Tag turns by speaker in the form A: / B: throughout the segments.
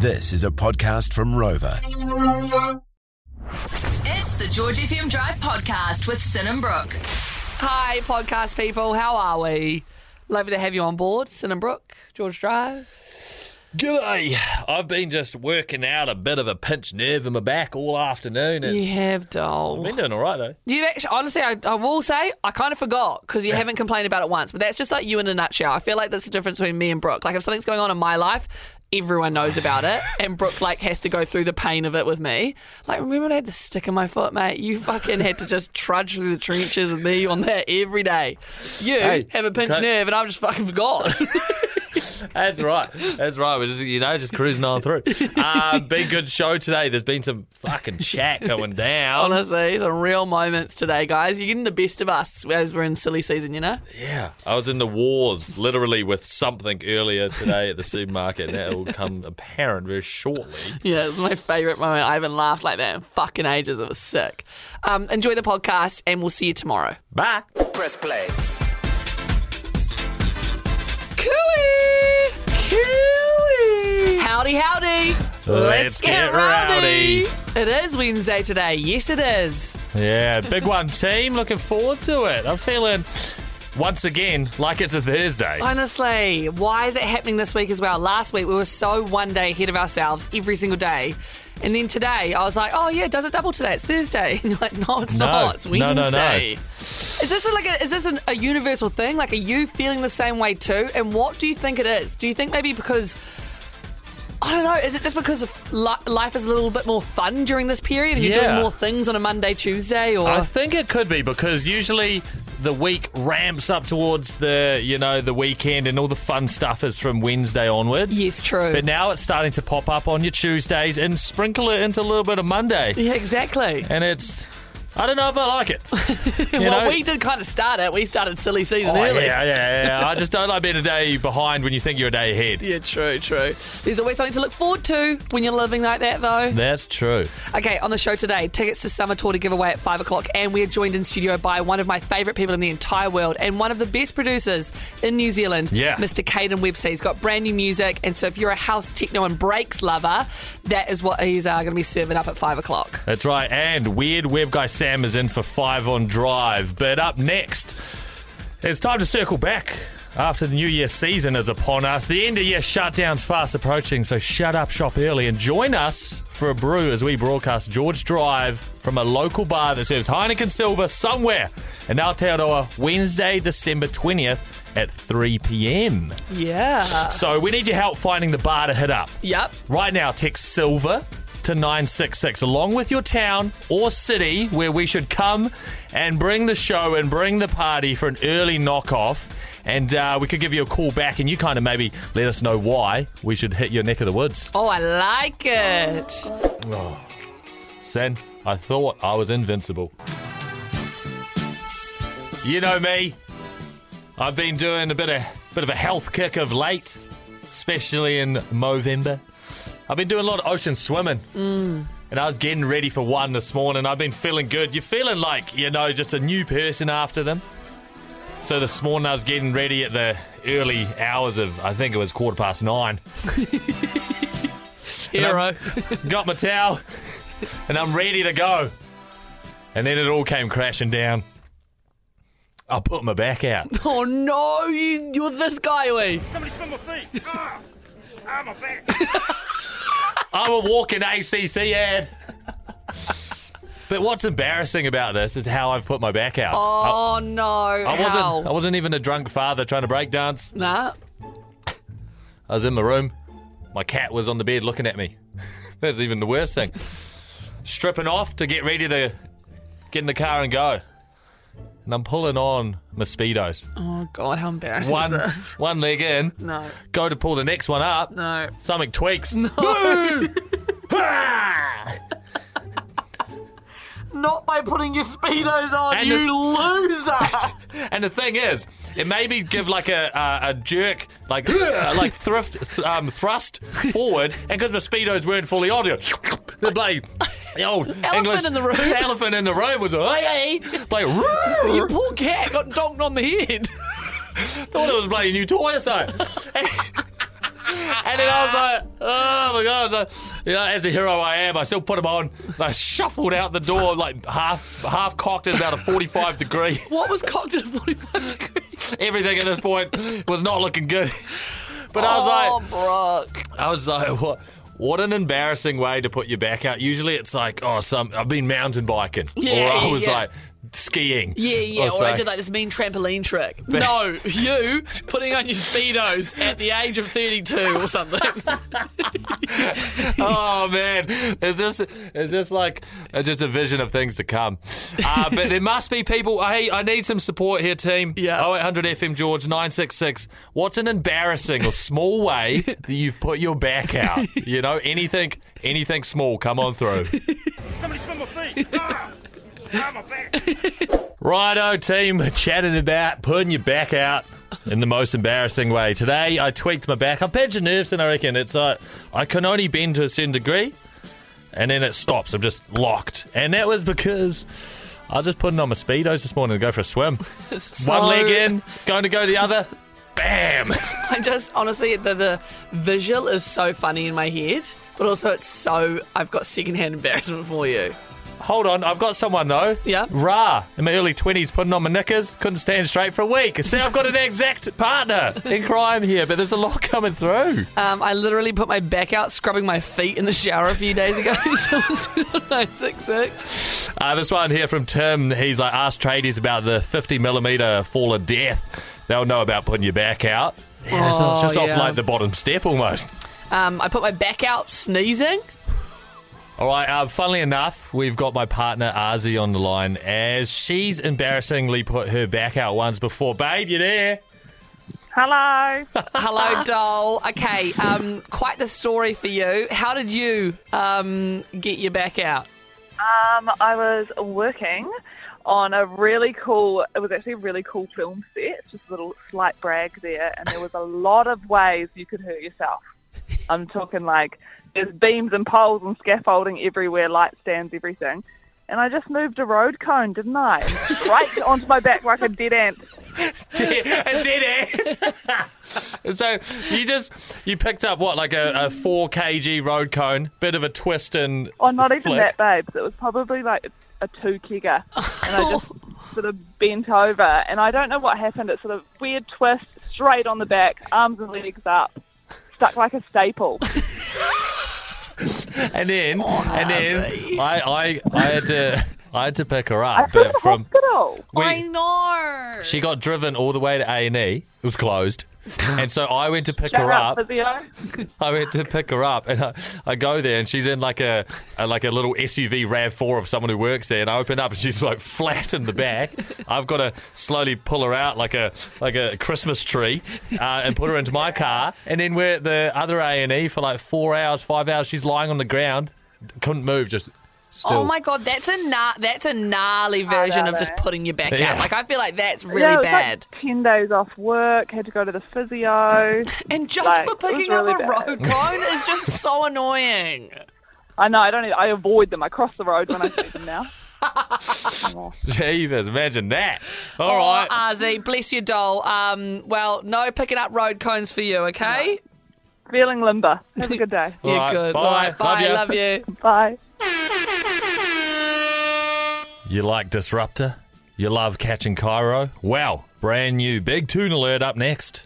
A: This is a podcast from Rover.
B: It's the George FM Drive podcast with Sin and Brooke.
C: Hi, podcast people. How are we? Lovely to have you on board, Sin Brook, George Drive.
D: G'day. I've been just working out a bit of a pinched nerve in my back all afternoon. It's
C: You have, doll.
D: I've been doing all right though.
C: You actually, honestly, I, I will say, I kind of forgot because you haven't complained about it once. But that's just like you in a nutshell. I feel like that's the difference between me and Brooke. Like if something's going on in my life, everyone knows about it, and Brooke like has to go through the pain of it with me. Like remember when I had the stick in my foot, mate? You fucking had to just trudge through the trenches with me on that every day. You
D: Hey,
C: have a pinched
D: okay.
C: nerve, and I've just fucking forgot.
D: That's right. That's right. We're just you know just cruising on through. Uh, been good show today. There's been some fucking chat going down.
C: Honestly, some real moments today, guys. You're getting the best of us as we're in silly season, you know?
D: Yeah. I was in the wars literally with something earlier today at the supermarket, and that will come apparent very shortly.
C: Yeah, it was my favourite moment. I haven't laughed like that in fucking ages. It was sick. Um, enjoy the podcast, and we'll see you tomorrow.
D: Bye.
E: Press play.
C: Cooey! Cooey! Howdy, howdy!
D: Let's get rowdy.
C: It is Wednesday today. Yes, it is.
D: Yeah, big one team. Looking forward to it. I'm feeling once again like it's a Thursday.
C: Honestly, why is it happening this week as well? Last week we were so one day ahead of ourselves every single day. And then today I was like, oh yeah, does it double today? It's Thursday. And you're like, no, it's
D: No.
C: not. It's
D: No, no,
C: Wednesday.
D: no.
C: Is this like a, is this an, a universal thing? Like, are you feeling the same way too? And what do you think it is? Do you think maybe because I don't know. Is it just because of li- life is a little bit more fun during this period? and You're doing
D: Yeah.
C: more things on a Monday, Tuesday, or
D: I think it could be because usually the week ramps up towards the you know the weekend and all the fun stuff is from Wednesday onwards.
C: yes, true.
D: But now it's starting to pop up on your Tuesdays and sprinkle it into a little bit of Monday.
C: yeah, exactly.
D: And it's I don't know if I like it. You
C: well,
D: know?
C: we did kind of start it. We started silly season
D: Oh,
C: early.
D: yeah, yeah, yeah. I just don't like being a day behind when you think you're a day ahead.
C: Yeah, true, true. There's always something to look forward to when you're living like that, though.
D: That's true.
C: Okay, on the show today, tickets to Summer Tour to give away at 5 o'clock, and we are joined in studio by one of my favourite people in the entire world and one of the best producers in New Zealand,
D: Yeah.
C: Mr. Caden Webster. He's got brand new music, and so if you're a house, techno, and breaks lover, that is what he's uh, going to be serving up at 5 o'clock.
D: That's right. And weird web guy Sam is in for five on drive. But up next, it's time to circle back. After the New Year season is upon us, the end of year shutdown's fast approaching, so shut up shop early and join us for a brew as we broadcast George Drive from a local bar that serves Heineken Silver somewhere in Aotearoa Wednesday, December 20th at 3 p.m.
C: Yeah.
D: So we need your help finding the bar to hit up.
C: Yep.
D: Right now, text silver to 966 along with your town or city where we should come and bring the show and bring the party for an early knockoff. And uh, we could give you a call back and you kind of maybe let us know why we should hit your neck of the woods.
C: Oh, I like it.
D: Sin, I thought I was invincible. You know me. I've been doing a bit of bit of a health kick of late, especially in Movember. I've been doing a lot of ocean swimming. And I was getting ready for one this morning. I've been feeling good. You're feeling like, you know, just a new person after them. So this morning I was getting ready at the early hours of, I think it was quarter past nine. And I'm- got my towel, and I'm ready to go. And then it all came crashing down. I put my back out.
C: Oh, no, you, you're this guy, we.
F: Somebody spin my feet. Ah, ah, my back.
D: I'm a walking ACC ad. But what's embarrassing about this is how I've put my back out.
C: Oh, no.
D: I, I wasn't.
C: How?
D: I wasn't even a drunk father trying to break dance.
C: Nah.
D: I was in my room. My cat was on the bed looking at me. That's even the worst thing. Stripping off to get ready to get in the car and go. And I'm pulling on my speedos.
C: Oh, God, how embarrassing. is
D: one
C: this?
D: one leg in.
C: No,
D: Go to pull the next one up.
C: no.
D: Something tweaks. No.
C: Not by putting your speedos on,
D: And
C: you
D: the-
C: loser.
D: and the thing is, it maybe give like a a, a jerk, like uh, like thrift um, thrust forward, and because my speedos weren't fully on, it, the blade. The old elephant
C: in the room.
D: Elephant in the room was like, hey, hey, like, "Roo."
C: your poor cat got donked on the head.
D: thought it was a bloody new toy or so. And then I was
C: Ah.
D: like, oh my god, like, you know, as a hero I am, I still put them on. And I shuffled out the door like half half cocked at about a 45 degree.
C: What was cocked at 45 degrees?
D: Everything at this point was not looking good. But I was like,
C: oh, Brock.
D: I was like, what? What an embarrassing way to put your back out. Usually it's like, oh, some I've been mountain biking,
C: Yeah,
D: or I
C: yeah,
D: was
C: yeah.
D: like skiing.
C: Yeah, yeah. Or I
D: like-
C: did like this mean trampoline trick.
E: No, you putting on your speedos at the age of 32 or something.
D: oh man, is this is this like uh, just a vision of things to come? Uh, but there must be people. Hey, I need some support here, team.
E: Yeah.
D: 0800 FM George nine six six. What's an embarrassing or small way that you've put your back out? You know, anything anything small. Come on through.
F: Somebody smell my feet. Ah, ah, my back.
D: Righto, team, chatting about putting your back out in the most embarrassing way. Today, I tweaked my back. I'm pinched nerves, and I reckon it's like I can only bend to a certain degree, and then it stops. I'm just locked. And that was because I was just putting on my Speedos this morning to go for a swim.
C: So-
D: One leg in, going to go the other, bam!
C: I just honestly the the visual is so funny in my head, but also it's so I've got secondhand embarrassment for you.
D: Hold on, I've got someone though.
C: Yeah.
D: Ra, in my early 20s, putting on my knickers, couldn't stand straight for a week. See, I've got an exact partner in crime here, but there's a lot coming through.
C: Um, I literally put my back out scrubbing my feet in the shower a few days ago. so it was 966.
D: Uh, this one here from Tim. He's like, ask tradies about the 50 millimeter fall of death. They'll know about putting your back out. Yeah, it's
C: Oh,
D: just off
C: yeah.
D: like the bottom step almost.
C: Um, I put my back out sneezing.
D: All right. Uh, funnily enough, we've got my partner Arzi on the line as she's embarrassingly put her back out once before. Babe, you there?
G: Hello.
C: Hello, doll. Okay, um, quite the story for you. How did you um, get your back out?
G: Um, I was working on a really cool. It was actually a really cool film set. Just a little slight brag there, and there was a lot of ways you could hurt yourself. I'm talking like there's beams and poles and scaffolding everywhere, light stands, everything. And I just moved a road cone, didn't I? Straight onto my back like a dead ant.
D: Did- I did it. so you just you picked up what like a, a four kg road cone, bit of a twist and
G: Oh, not even
D: flick.
G: that, babes. It was probably like a two kegger, and I just sort of bent over, and I don't know what happened. It sort of weird twist, straight on the back, arms and legs up, stuck like a staple.
D: And then,
G: Oh,
D: and then I, I, I had to, I had to pick her
G: I
D: up.
G: feel in the
D: But from
G: hospital.
D: we-
C: know.
D: she got driven all the way to A and E. It was closed, and so I went to pick
G: Shut
D: her
G: up,
D: up.
G: physio.
D: I went to pick her up, and I, I go there, and she's in like a, a like a little SUV Rav Four of someone who works there. And I open up, and she's like flat in the back. I've got to slowly pull her out like a like a Christmas tree, uh, and put her into my car. And then we're at the other A and E for like four hours, five hours. She's lying on the ground, couldn't move, just. Still.
C: Oh my god, that's a gna- that's a gnarly version of just putting your back
D: Yeah.
C: out. Like I feel like that's really
G: yeah, it was
C: bad.
G: Like Ten days off work. Had to go to the physio.
C: and just
G: like,
C: for
G: it was
C: picking
G: really
C: up a
G: bad.
C: road cone is just so annoying.
G: I know. I don't. Even, I avoid them. I cross the road when I see them now.
D: Jeebus, imagine that. All
C: All
D: right.
C: right, Arzy, Oh, bless your doll. Um, well, no picking up road cones for you, okay?
G: Feeling limber. Have a good day.
D: All
C: You're
D: right,
C: good.
D: bye.
C: All right,
D: Love
C: bye.
D: ya.
C: Love you.
G: Bye.
D: You like Disruptor? You love catching Cairo? Wow, brand new Big Toon Alert up next.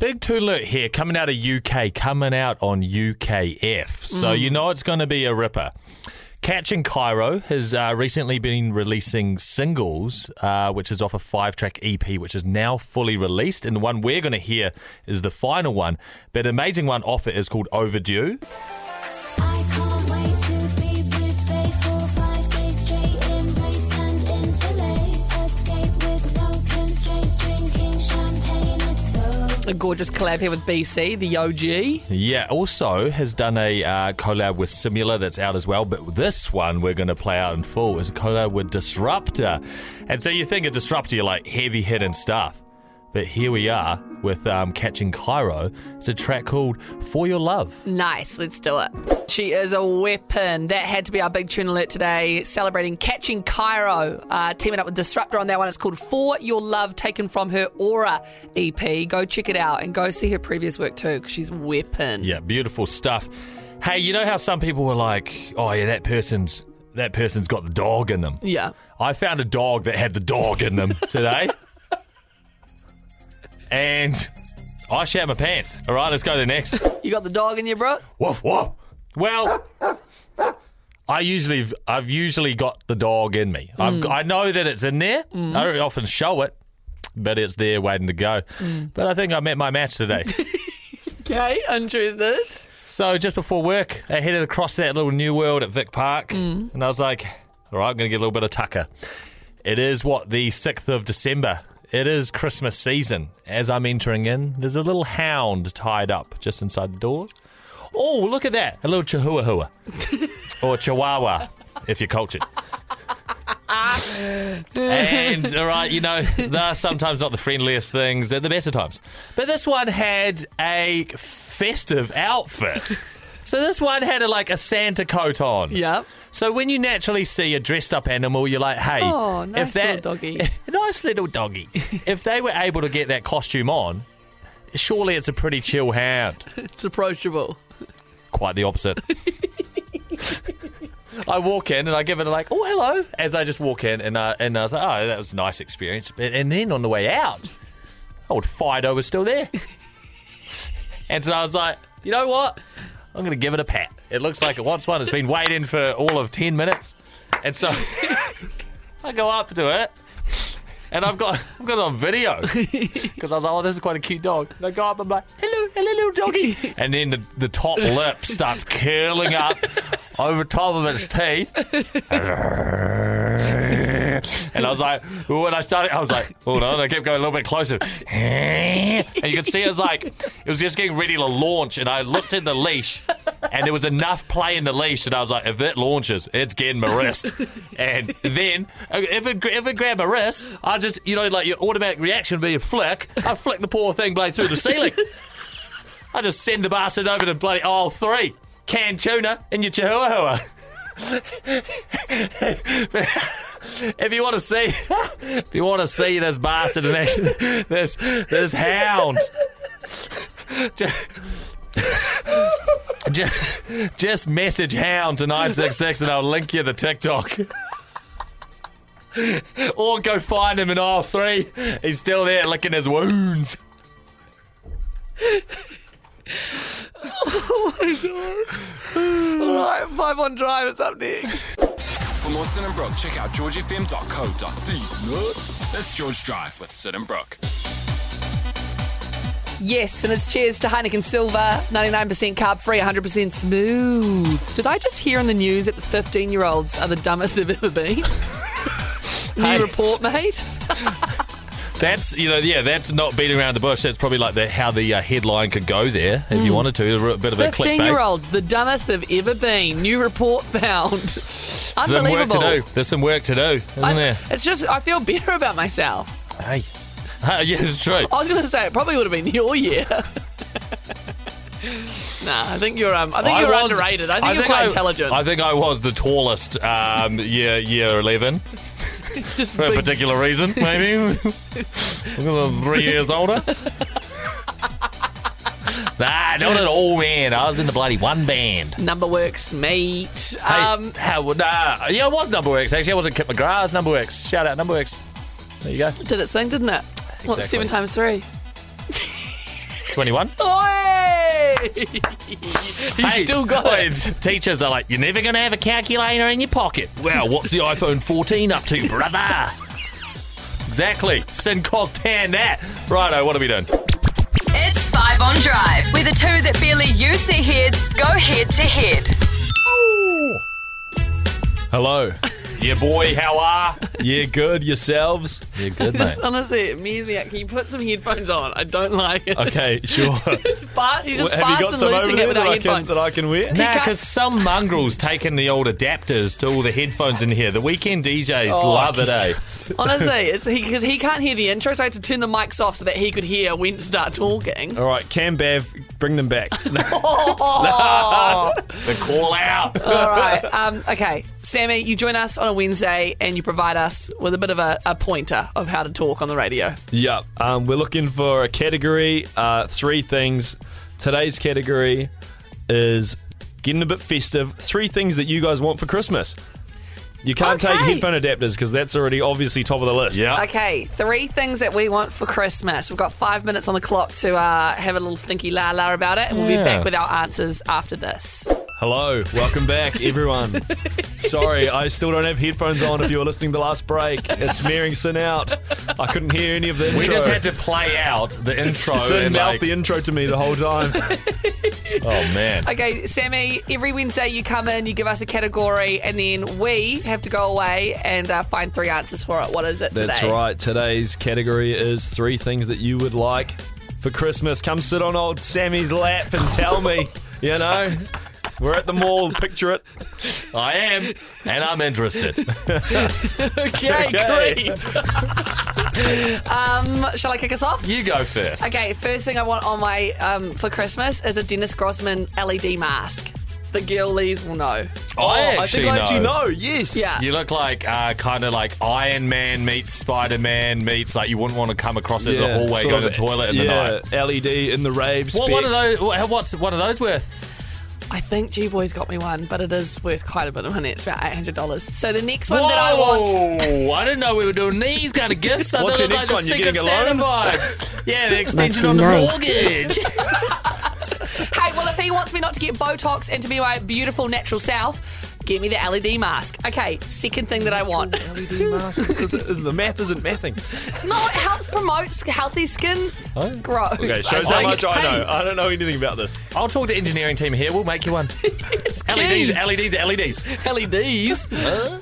D: Big Toon Alert here, coming out of UK, coming out on UKF. So you know it's going to be a ripper. Catching Cairo has uh, recently been releasing singles, uh, which is off a five track EP, which is now fully released. And the one we're going to hear is the final one. But amazing one off it is called Overdue.
H: I can't wait to be with Faith for five days straight. Embrace and interlace. Escape with no constraints. Drinking champagne, it's so
C: A gorgeous collab here with BC, the OG.
D: Yeah, also has done a uh, collab with Simula that's out as well, but this one we're going to play out in full is a collab with Disruptor. And so you think of Disruptor, you're like heavy hitting stuff. But here we are with um, Catching Cairo. It's a track called For Your Love.
C: Nice, let's do it. She is a weapon. That had to be our big tune alert today, celebrating catching Cairo, uh, teaming up with Disruptor on that one. It's called For Your Love, taken from her Aura EP. Go check it out and go see her previous work too, 'cause she's weapon.
D: Yeah, beautiful stuff. Hey, you know how some people were like, "Oh yeah, that person's that person's got the dog in them."
C: Yeah.
D: I found a dog that had the dog in them today, and I shat my pants. All right, let's go to the next.
C: You got the dog in your Brooke?
D: Woof woof. Well, I usually I've usually got the dog in me. I've, I know that it's in there. I don't often show it, but it's there waiting to go. But I think I met my match today.
C: Okay, interested.
D: So just before work, I headed across that little new world at Vic Park, and I was like, "All right, I'm going to get a little bit of tucker." It is what the sixth of December. It is Christmas season. As I'm entering in, there's a little hound tied up just inside the door. Oh, look at that! A little chihuahua, or chihuahua, if you're cultured. and all right, you know, they're sometimes not the friendliest things at the best of times. But this one had a festive outfit. So this one had a, like a Santa coat on.
C: Yep.
D: So when you naturally see a dressed up animal, you're like, hey,
C: Oh, nice little doggy.
D: nice little doggy. if they were able to get that costume on, surely it's a pretty chill hound.
C: It's approachable.
D: Quite the opposite. I walk in and I give it like, oh hello, as I just walk in and uh, and I was like, oh that was a nice experience. But- And then on the way out, old Fido was still there, and so I was like, you know what, I'm gonna give it a pat. It looks like it wants one. It's been waiting for all of ten minutes, and so I go up to it. And I've got I've got it on video because I was like, oh, this is quite a cute dog. And I go up, I'm like, hello, hello, little doggy. And then the, the top lip starts curling up over top of its teeth. And I was like, when I started, I was like, hold on. I kept going a little bit closer. And you could see it was like, it was just getting ready to launch. And I looked at the leash, and there was enough play in the leash that I was like, if it launches, it's getting my wrist. And then, uh, if it, if it grabbed my wrist, I just, you know, like your automatic reaction would be a flick. I flick the poor thing blade through the ceiling. I just send the bastard over to bloody aisle three. Canned tuna in your chihuahua. if you want to see, if you want to see this bastard in action, this this hound, ju- ju- just, message hound to nine six six, and I'll link you the TikTok. or go find him in aisle three. He's still there licking his wounds.
C: All right, five on drive. It's up next.
I: For more Sin and Brooke, check out georgefm.co.these nuts. That's George Drive with Sin and Brooke.
C: Yes, and it's cheers to Heineken Silver, 99% carb free, 100% smooth. Did I just hear in the news that the 15 year olds are the dumbest they've ever been?
D: Hey.
C: New report, mate.
D: That's you know yeah that's not beating around the bush. That's probably like the how the uh, headline could go there if you wanted to. A r- bit of a clickbait.
C: 15 year olds, the dumbest they've ever been. New report found.
D: There's some work
C: Unbelievable.
D: to do. There's some work to do, isn't
C: I-
D: there?
C: it's just, I feel better about myself.
D: Hey. Uh, yeah, it's true.
C: I was going to say, it probably would have been your year. nah, I think you're, um, I think you're
D: was-
C: underrated. I think you're quite intelligent.
D: I think I was the tallest um, year year eleven
C: just
D: for a
C: big-
D: particular reason, maybe because I'm three years older. nah, not at all, man. I was in the bloody one band.
C: number works, mate.
D: Hey,
C: Um,
D: how would nah, yeah, it was number works actually. I wasn't Kip McGrath. It was number works. Shout out number works. There you go.
C: did its thing, didn't it? What's
D: Exactly.
C: seven times three?
D: Twenty one.
C: Oi! He's
D: Hey,
C: still got
D: well,
C: it.
D: it's- Teachers, they're like, you're never going to have a calculator in your pocket. Wow, what's the iPhone 14 up to, brother? exactly. Syncos tan that. Righto, what are we doing?
B: It's Five on Drive, where the two that barely use their heads go head to head.
J: Hello.
D: Yeah, boy, how are?
J: Yeah, good. Yourselves?
D: You're good, mate.
C: Honestly, it means me. out. Can you put some headphones on? I don't like it.
J: Okay, sure.
C: It's fa- he's just
J: Have you
C: fast
J: got
C: and
J: some over
C: loosing it
J: there that
C: without
J: I, can,
C: headphones.
J: that I can wear?
D: Nah,
C: can't-
D: because some
J: Oh.
D: mongrel's taken the old adapters to all the headphones in here. The weekend DJs love it, eh?
C: Honestly, it's because he, can't hear the intro, so I had to turn the mics off so that he could hear when to start talking.
J: All right, Cam Bev, bring them back.
C: Oh.
D: The call out.
C: All right. Um, okay. Sammy, you join us on a Wednesday and you provide us with a bit of a, a pointer of how to talk on the radio.
J: yep. Um, we're looking for a category, uh, three things. Today's category is getting a bit festive. Three things that you guys want for Christmas. You can't take
C: Okay.
J: headphone adapters because that's already obviously top of the list.
D: Yeah.
C: Okay, three things that we want for Christmas. We've got five minutes on the clock to uh, have a little thinky la la about it, and we'll
J: Yeah.
C: be back with our answers after this.
J: Hello, welcome back, everyone. Sorry, I still don't have headphones on. If you were listening the last break, it's smearing sin out. I couldn't hear any of the intro.
D: We just had to play out the intro.
J: Sin
D: and
J: mouthed
D: like,
J: the intro to me the whole time.
D: oh man.
C: Okay, Sammy, every Wednesday you come in, you give us a category, and then we have to go away and uh, find three answers for it. What is it
J: That's
C: today?
J: right. Today's category is three things that you would like for Christmas. Come sit on old Sammy's lap and tell me. You know, we're at the mall. Picture it.
D: I am, and I'm interested.
E: Okay,
J: Okay.
E: great.
C: Mm, Shall I kick us off?
D: You go first.
C: Okay, first thing I want on my um, for Christmas is a Dennis Grossman LED mask. The girlies will know.
D: Oh, I
J: I
D: actually
J: think I actually
D: know.
J: know. Yes.
C: Yeah.
D: You look like uh, kind of like Iron Man meets Spider Man meets like you wouldn't want to come across it in the hallway,
J: sort
D: go to the
J: of,
D: toilet in
J: yeah,
D: the night.
J: LED in the rave.
D: What
J: spec.
D: one of those? what- What's one of those worth?
C: I think G Boy's got me one, but it is worth quite a bit of money. It's about eight hundred dollars. So the next one that I want,
D: Whoa, I didn't know we were doing these kind of gifts. I
J: What's
D: thought
J: your
D: it was
J: next
D: like
J: one?
D: the
J: You're getting
D: Secret
J: a
D: Santa
J: loan?
D: vibe. Yeah, the extension
K: be
D: on the
K: nice.
D: mortgage.
C: hey, well, if he wants me not to get Botox and to be my beautiful natural self, get me the LED mask. Okay, second thing that I want.
J: LED masks. Is it- is the math isn't mathing.
C: No, it helps promote healthy skin growth.
J: Okay, shows
D: I-
J: how much I
D: hey.
J: know. I don't know anything about this.
D: I'll talk to engineering team here. We'll make you one. E LEDs, LEDs, LEDs.
J: E
E: LEDs.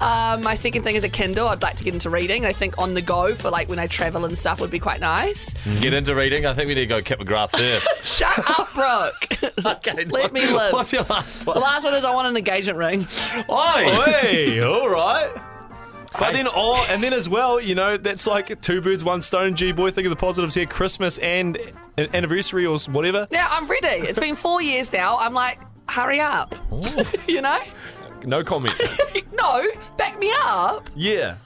C: Um, my second thing is a Kindle. I'd like to get into reading. I think on the go for like when I travel and stuff would be quite nice.
D: Get into reading. I think we need to go Kip McGrath first.
C: Shut up, Ah, Brooke.
D: okay,
C: Let me live.
D: What's your last
C: the
D: one?
C: last one is I want an engagement ring.
D: Oi.
J: Hey, all right. But then, oh, and then as well, you know, that's like two birds, one stone. G boy, think of the positives here: Christmas and an anniversary or whatever.
C: Yeah, I'm ready. It's been four years now. I'm like, hurry up. you know?
J: No comment.
C: No, back me up,
J: yeah.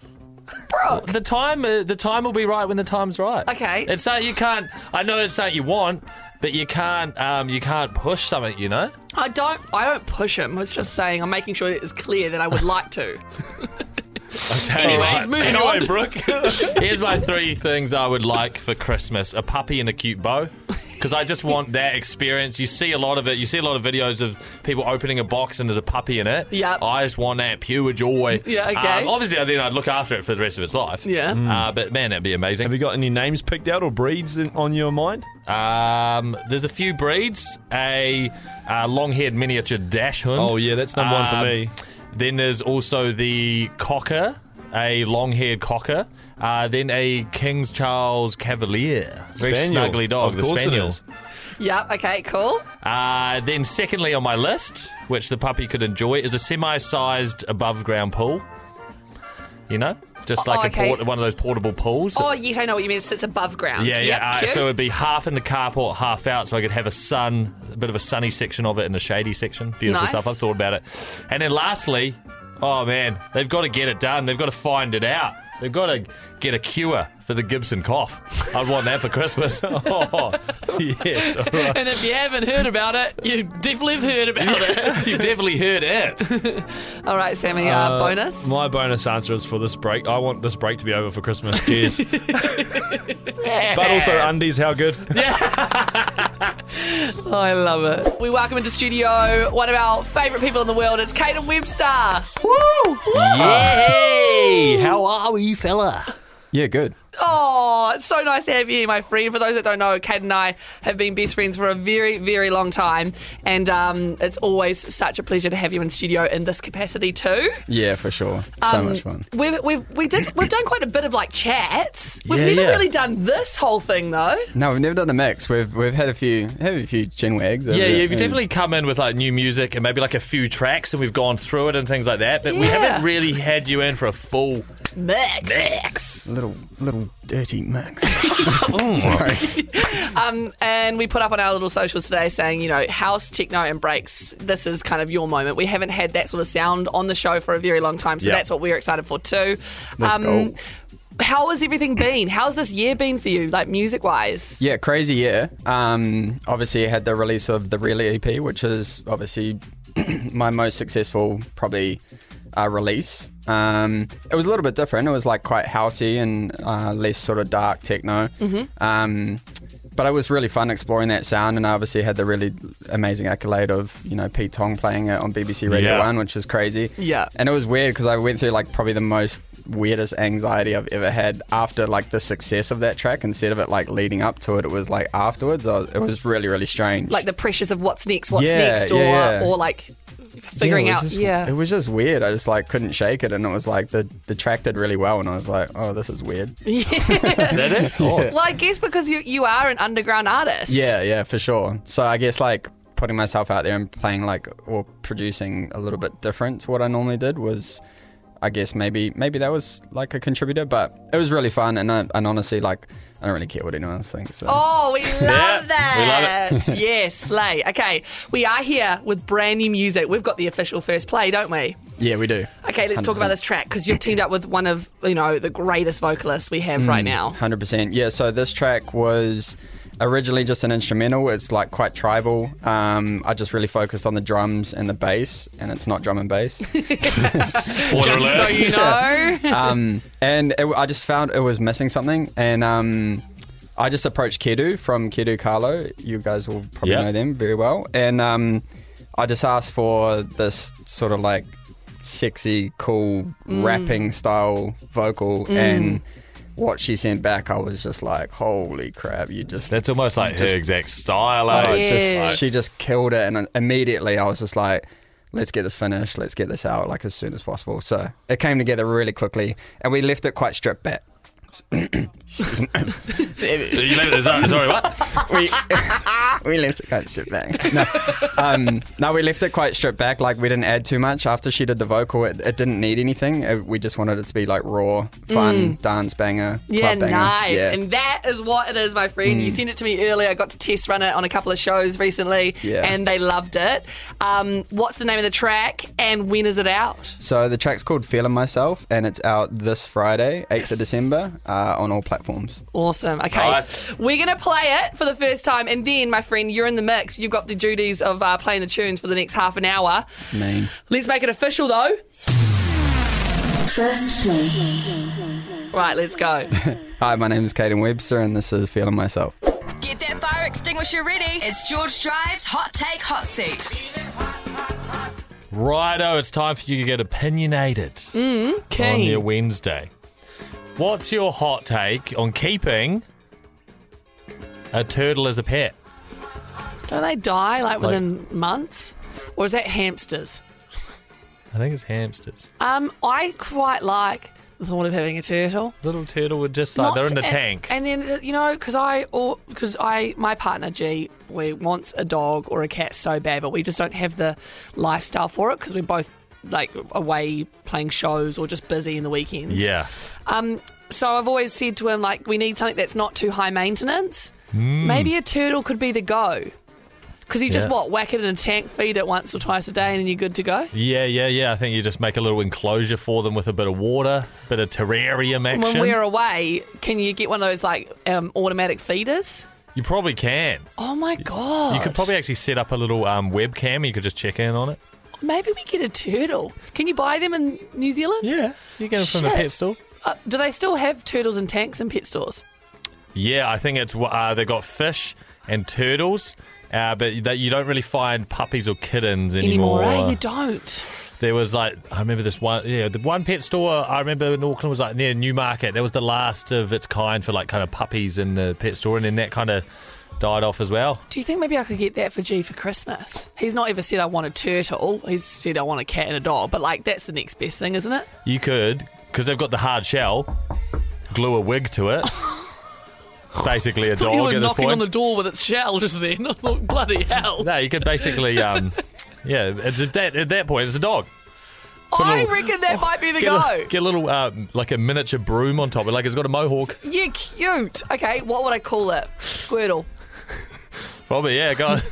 C: Brooke.
D: The time, uh, the time will be right when the time's right.
C: Okay.
D: It's not you can't. I know it's not you want, but you can't. Um, you can't push something. You know.
C: I don't. I don't push him. It's just saying I'm making sure it is clear that I would like to.
D: Anyways, moving
J: anyway,
D: on.
J: Brooke.
D: Here's my three things I would like for Christmas: a puppy and a cute bow. Because I just want that experience. You see a lot of it. You see a lot of videos of people opening a box and there's a puppy in it.
C: Yep.
D: I just want that pure joy.
C: Yeah, okay.
D: Um, obviously, then I'd look after it for the rest of its life.
C: Yeah. Mm.
D: Uh, but man, that'd be amazing.
J: Have you got any names picked out or breeds in, on your mind?
D: Um, there's a few breeds. A uh, long-haired miniature dash hound.
J: Oh, yeah, that's number
K: Um,
J: one for me.
D: Um, Then there's also the cocker, a long-haired cocker. Uh, then a King's Charles Cavalier, very
J: Spaniel.
D: snuggly dog,
J: Of
D: the
J: course it
D: spaniel.
J: is.
C: yep. Okay. Cool.
D: Uh, then secondly on my list, which the puppy could enjoy, is a semi-sized above-ground pool. You know, just
C: Oh,
D: like
C: okay.
D: a port- one of those portable pools.
C: Oh yes, I know what you mean. It's, it's above ground.
D: Yeah,
C: Yep,
D: yeah. uh,
C: cute.
D: so it'd be half in the carport, half out, so I could have a sun, a bit of a sunny section of it, and a shady section. Beautiful
C: Nice.
D: stuff. I've thought about it. And then lastly, oh man, they've got to get it done. They've got to find it out. They've got to get a cure for the Gibson cough. I'd want that for Christmas.
J: Oh, yes. all right.
E: And if you haven't heard about it, you definitely have heard about it.
D: You've definitely heard it.
C: All right, Sammy. Uh,
J: Uh,
C: bonus.
J: My bonus answer is for this break. I want this break to be over for Christmas. Cheers. but also undies. How good?
C: Oh, I love it. We welcome into studio one of our favourite people in the world. It's Caden Webster. Woo!
D: Yay! How are we, fella?
K: Yeah, good.
C: Oh, it's so nice to have you here, my friend. For those that don't know, Kat and I have been best friends for a very, very long time. And um, it's always such a pleasure to have you in studio in this capacity, too.
K: Yeah, for sure. So
D: Um,
K: much fun.
C: We've, we've, we did, we've done quite a bit of like chats. We've
D: Yeah,
C: never
D: yeah.
C: really done this whole thing, though.
K: No, we've never done a mix. We've we've had a few have a few chin wags.
D: Yeah,
K: over-
D: you've
K: and-
D: definitely come in with like new music and maybe like a few tracks, and we've gone through it and things like that. But we
C: Yeah.
D: haven't really had you in for a full
C: Mix.
K: Little little dirty mix.
C: Sorry. um, and we put up on our little socials today saying, you know, house, techno, and breaks. This is kind of your moment. We haven't had that sort of sound on the show for a very long time, so
K: Yeah.
C: that's what we're excited for too. Um,
K: Let's go.
C: How has everything been? How's this year been for you, like music wise?
K: Yeah, crazy year. Um, obviously, I had the release of the Really EP, which is obviously my most successful probably uh, release. Um, it was a little bit different. It was like quite housey and uh, less sort of dark techno.
H: Mhm.
K: Um, but it was really fun exploring that sound, and I obviously had the really amazing accolade of you know Pete Tong playing it on BBC Radio
H: Yeah.
K: One, which is crazy.
H: Yeah.
K: And it was weird because I went through like probably the most weirdest anxiety I've ever had after like the success of that track. Instead of it like leading up to it, it was like afterwards. I was, it was really really strange.
C: Like the pressures of what's next, what's
K: Yeah,
C: next, or
K: yeah.
C: or like figuring
K: Yeah, it was
C: out.
K: just-
C: yeah.
K: It was just weird. I just like couldn't shake it, and it was like the the track did really well, and I was like, oh, this is weird.
C: Yeah.
K: is odd.
C: well, I guess because you you are an underground artist.
K: Yeah, yeah, for sure. So I guess like putting myself out there and playing like or producing a little bit different to what I normally did was, I guess maybe maybe that was like a contributor, but it was really fun and I, and honestly like I don't really care what anyone else thinks. So.
C: Oh, we love
K: Yeah, we
C: that.
K: love it.
C: yes, slay. Okay, we are here with brand new music. We've got the official first play, don't we?
K: Yeah, we do.
C: Okay, let's talk about this track because you've teamed up with one of you know the greatest vocalists we have
K: Mm.
C: right now.
K: Hundred percent. Yeah. So this track was originally just an instrumental. It's like quite tribal. Um, I just really focused on the drums and the bass, and it's not drum and bass.
C: Just alert. so you know.
K: Yeah. um, and it, I just found it was missing something, and um, I just approached Kedu from Kedu Carlo. You guys will probably
J: Yeah.
K: know them very well, and um, I just asked for this sort of like sexy, cool
J: Mm.
K: rapping style vocal,
J: Mm.
K: and what she sent back, I was just like, "Holy crap!" You just
D: That's almost like
K: Just-
D: her exact style.
K: Oh,
D: eh?
K: it
D: Like-
K: just, she just killed it, and immediately I was just like, "Let's get this finished. Let's get this out like as soon as possible." So it came together really quickly, and we left it quite stripped back.
D: You left it- sorry- sorry, what?
K: we we left it quite stripped back. No, um, no, we left it quite stripped back. Like we didn't add too much after she did the vocal. It, it didn't need anything. It- we just wanted it to be like raw, fun,
C: Mm.
K: dance banger,
C: Yeah,
K: club banger.
C: nice.
K: Yeah.
C: And that is what it is, my friend. You
K: Mm.
C: sent it to me earlier. I got to test run it on a couple of shows recently,
K: Yeah.
C: and they loved it. Um, what's the name of the track, and when is it out?
K: So the track's called Feeling Myself and it's out this Friday, 8th of December, uh, on all platforms.
C: Awesome. Okay.
K: Nice.
C: We're going to play it for the first time. And then, my friend, you're in the mix. You've got the duties of uh, playing the tunes for the next half an hour.
K: Mean.
C: Let's make it official, though.
H: First play.
C: Right, let's go.
K: Hi, my name is Caden Webster and this is Feeling Myself.
B: Get that fire extinguisher ready. It's George Drive's Hot Take Hot Seat.
D: Righto, it's time for you to get opinionated
B: Mm,
D: on
B: keen.
D: your Wednesday. What's your hot take on keeping a turtle as a pet?
C: Don't they die like
D: Like-
C: within months? Or is that hamsters?
D: I think it's hamsters.
C: Um, I quite like the thought of having a turtle.
D: Little turtle would just like they're in
C: Not-
D: the
C: and-
D: tank.
C: And then uh, you know, because I or because I my partner G we wants a dog or a cat so bad, but we just don't have the lifestyle for it because we're both like away playing shows or just busy in the weekends.
D: Yeah.
C: Um. So I've always said to him like we need something that's not too high maintenance.
D: Mm.
C: Maybe a turtle could be the go. Because you just
D: Yeah.
C: what whack it in a tank, feed it once or twice a day, and then you're good to go.
D: Yeah, yeah, yeah. I think you just make a little enclosure for them with a bit of water, bit of terrarium action.
C: When we're away, can you get one of those like um, automatic feeders?
D: you probably can.
C: Oh my god!
D: You could probably actually set up a little um, webcam. You could just check in on it.
C: Maybe we get a turtle. Can you buy them in New Zealand?
D: Yeah, you get them from the pet store.
C: Uh, do they still have turtles in tanks in pet stores?
D: Yeah, I think it's uh, they got fish and turtles, uh, but that you don't really find puppies or kittens anymore.
C: eh? You don't.
D: there was like I remember this one. Yeah, the one pet store I remember in Auckland was like near Newmarket. That was the last of its kind for like kind of puppies in the pet store, and then that kind of died off as well.
C: Do you think maybe I could get that for G for Christmas? He's not ever said I want a turtle. He's said I want a cat and a dog. But like that's the next best thing, isn't it?
D: You could because they've got the hard shell, glue a wig to it. Basically, a
E: you
D: dog
E: were
D: at this
E: knocking
D: point.
E: on the door with its shell just then. I thought, bloody hell.
D: No, you could basically, um, yeah, it's at that, at that point, it's a dog. Put a
C: I
D: little-
C: reckon that might be the
D: get
C: go.
D: A, get a little, uh, like a miniature broom on top. Like it's got a mohawk.
C: You're cute. Okay, what would I call it? Squirtle.
D: Probably, yeah, go on.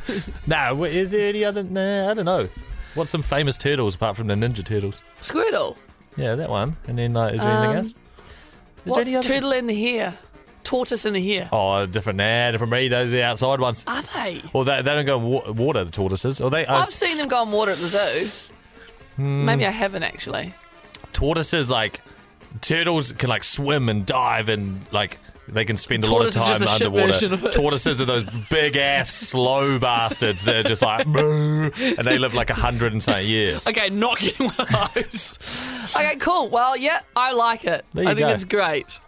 D: nah, wh- is there any other? Nah, I don't know. What's some famous turtles apart from the Ninja Turtles?
C: Squirtle.
D: Yeah, that one. And then, uh, is there anything
C: Um,
D: else? there
C: What's
D: any other-
C: turtle in the hair? Tortoise in the hair.
D: Oh, different. Nah, different breed. Those are the outside ones.
C: Are they?
D: Well, they, they don't go in wa- water, the tortoises. Or they are.
C: I've seen them go on water at the zoo.
D: Uh, Hmm.
C: Maybe I haven't actually.
D: tortoises like turtles can like swim and dive and like they can spend a lot of
C: Tortoise is just
D: time
C: a shit version
D: underwater.
C: of it.
D: Tortoises are those big ass slow bastards. They're just like "Boo," and they live like a hundred and something years.
E: Okay, not getting one of those.
C: Okay, cool. Well, yeah, I like it.
D: There you
C: I think
D: go.
C: it's great.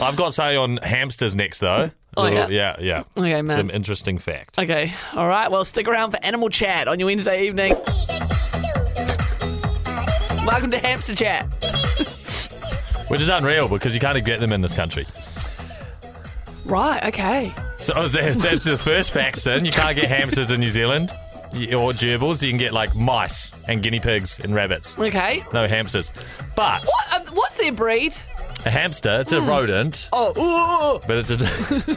D: I've got something on hamsters next though.
C: Oh, yeah?
D: yeah, yeah.
C: Okay, man.
D: Some interesting fact.
C: Okay, all right. Well, stick around for Animal Chat on your Wednesday evening. Welcome to Hamster Chat.
D: Which is unreal because you can't get them in this country.
C: Right, okay.
D: So that, that's the first fact, Sin. You can't get hamsters in New Zealand You- or gerbils. You can get like mice and guinea pigs and rabbits.
C: Okay.
D: No hamsters. But
C: What? Um, what's their breed?
D: a hamster, it's a
C: Mm.
D: rodent.
C: Oh,
D: But it's a.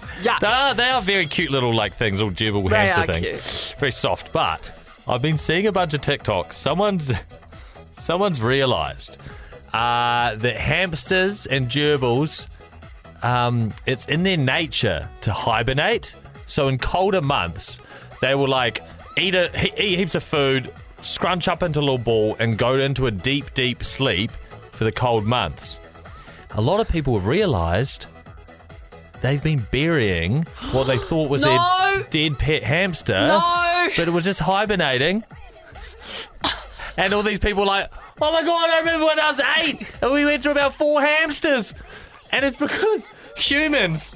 C: yeah.
D: They are, they are very cute little like things, all gerbil
C: They
D: hamster
C: are
D: things. Very soft. But I've been seeing a bunch of TikToks. Someone's someone's realised uh, that hamsters and gerbils, um, it's in their nature to hibernate. So in colder months, they will like eat a, he- eat heaps of food, scrunch up into a little ball, and go into a deep, deep sleep for the cold months. A lot of people have realised they've been burying what they thought was
C: No.
D: their dead pet hamster.
C: No.
D: But it was just hibernating. And all these people were like, oh my god, I remember when I was eight and we went through about four hamsters. And it's because humans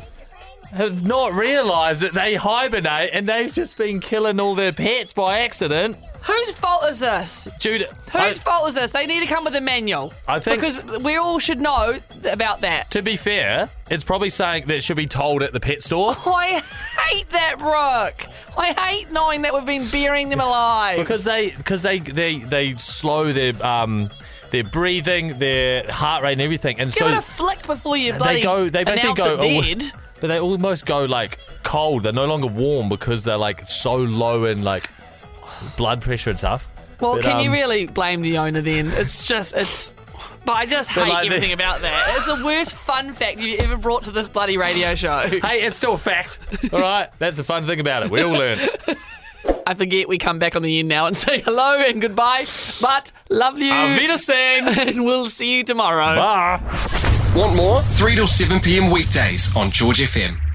D: have not realised that they hibernate and they've just been killing all their pets by accident.
C: Whose fault is this?
D: Dude,
C: Whose fault is this? They need to come with a manual.
D: I think-
C: because we all should know th- about that.
D: to be fair, it's probably something that should be told at the pet store.
C: I hate that, Brooke. I hate knowing that we've been burying them alive.
D: because they because they they they slow their um their breathing, their heart rate, and everything, and
C: give
D: so
C: it a flick before you bloody
D: they go they basically go "Oh,
C: announce it
D: al-
C: dead.
D: but they almost go like cold. They're no longer warm because they're like so low in like blood pressure and stuff.
C: Well,
D: But,
C: can you
D: um,
C: really blame the owner then? It's just it's. But I just
D: But
C: hate
D: like the-
C: everything about that. It's the worst fun fact you ever brought to this bloody radio show.
D: Hey, it's still a fact. All right, that's the fun thing about it. We all learn.
C: I forget we come back on the end now and say hello and goodbye. But love you.
D: Auf Wiedersehen.
C: And we'll see you tomorrow.
D: Bye.
I: Want more? 3 till 7 p.m. weekdays on George FM.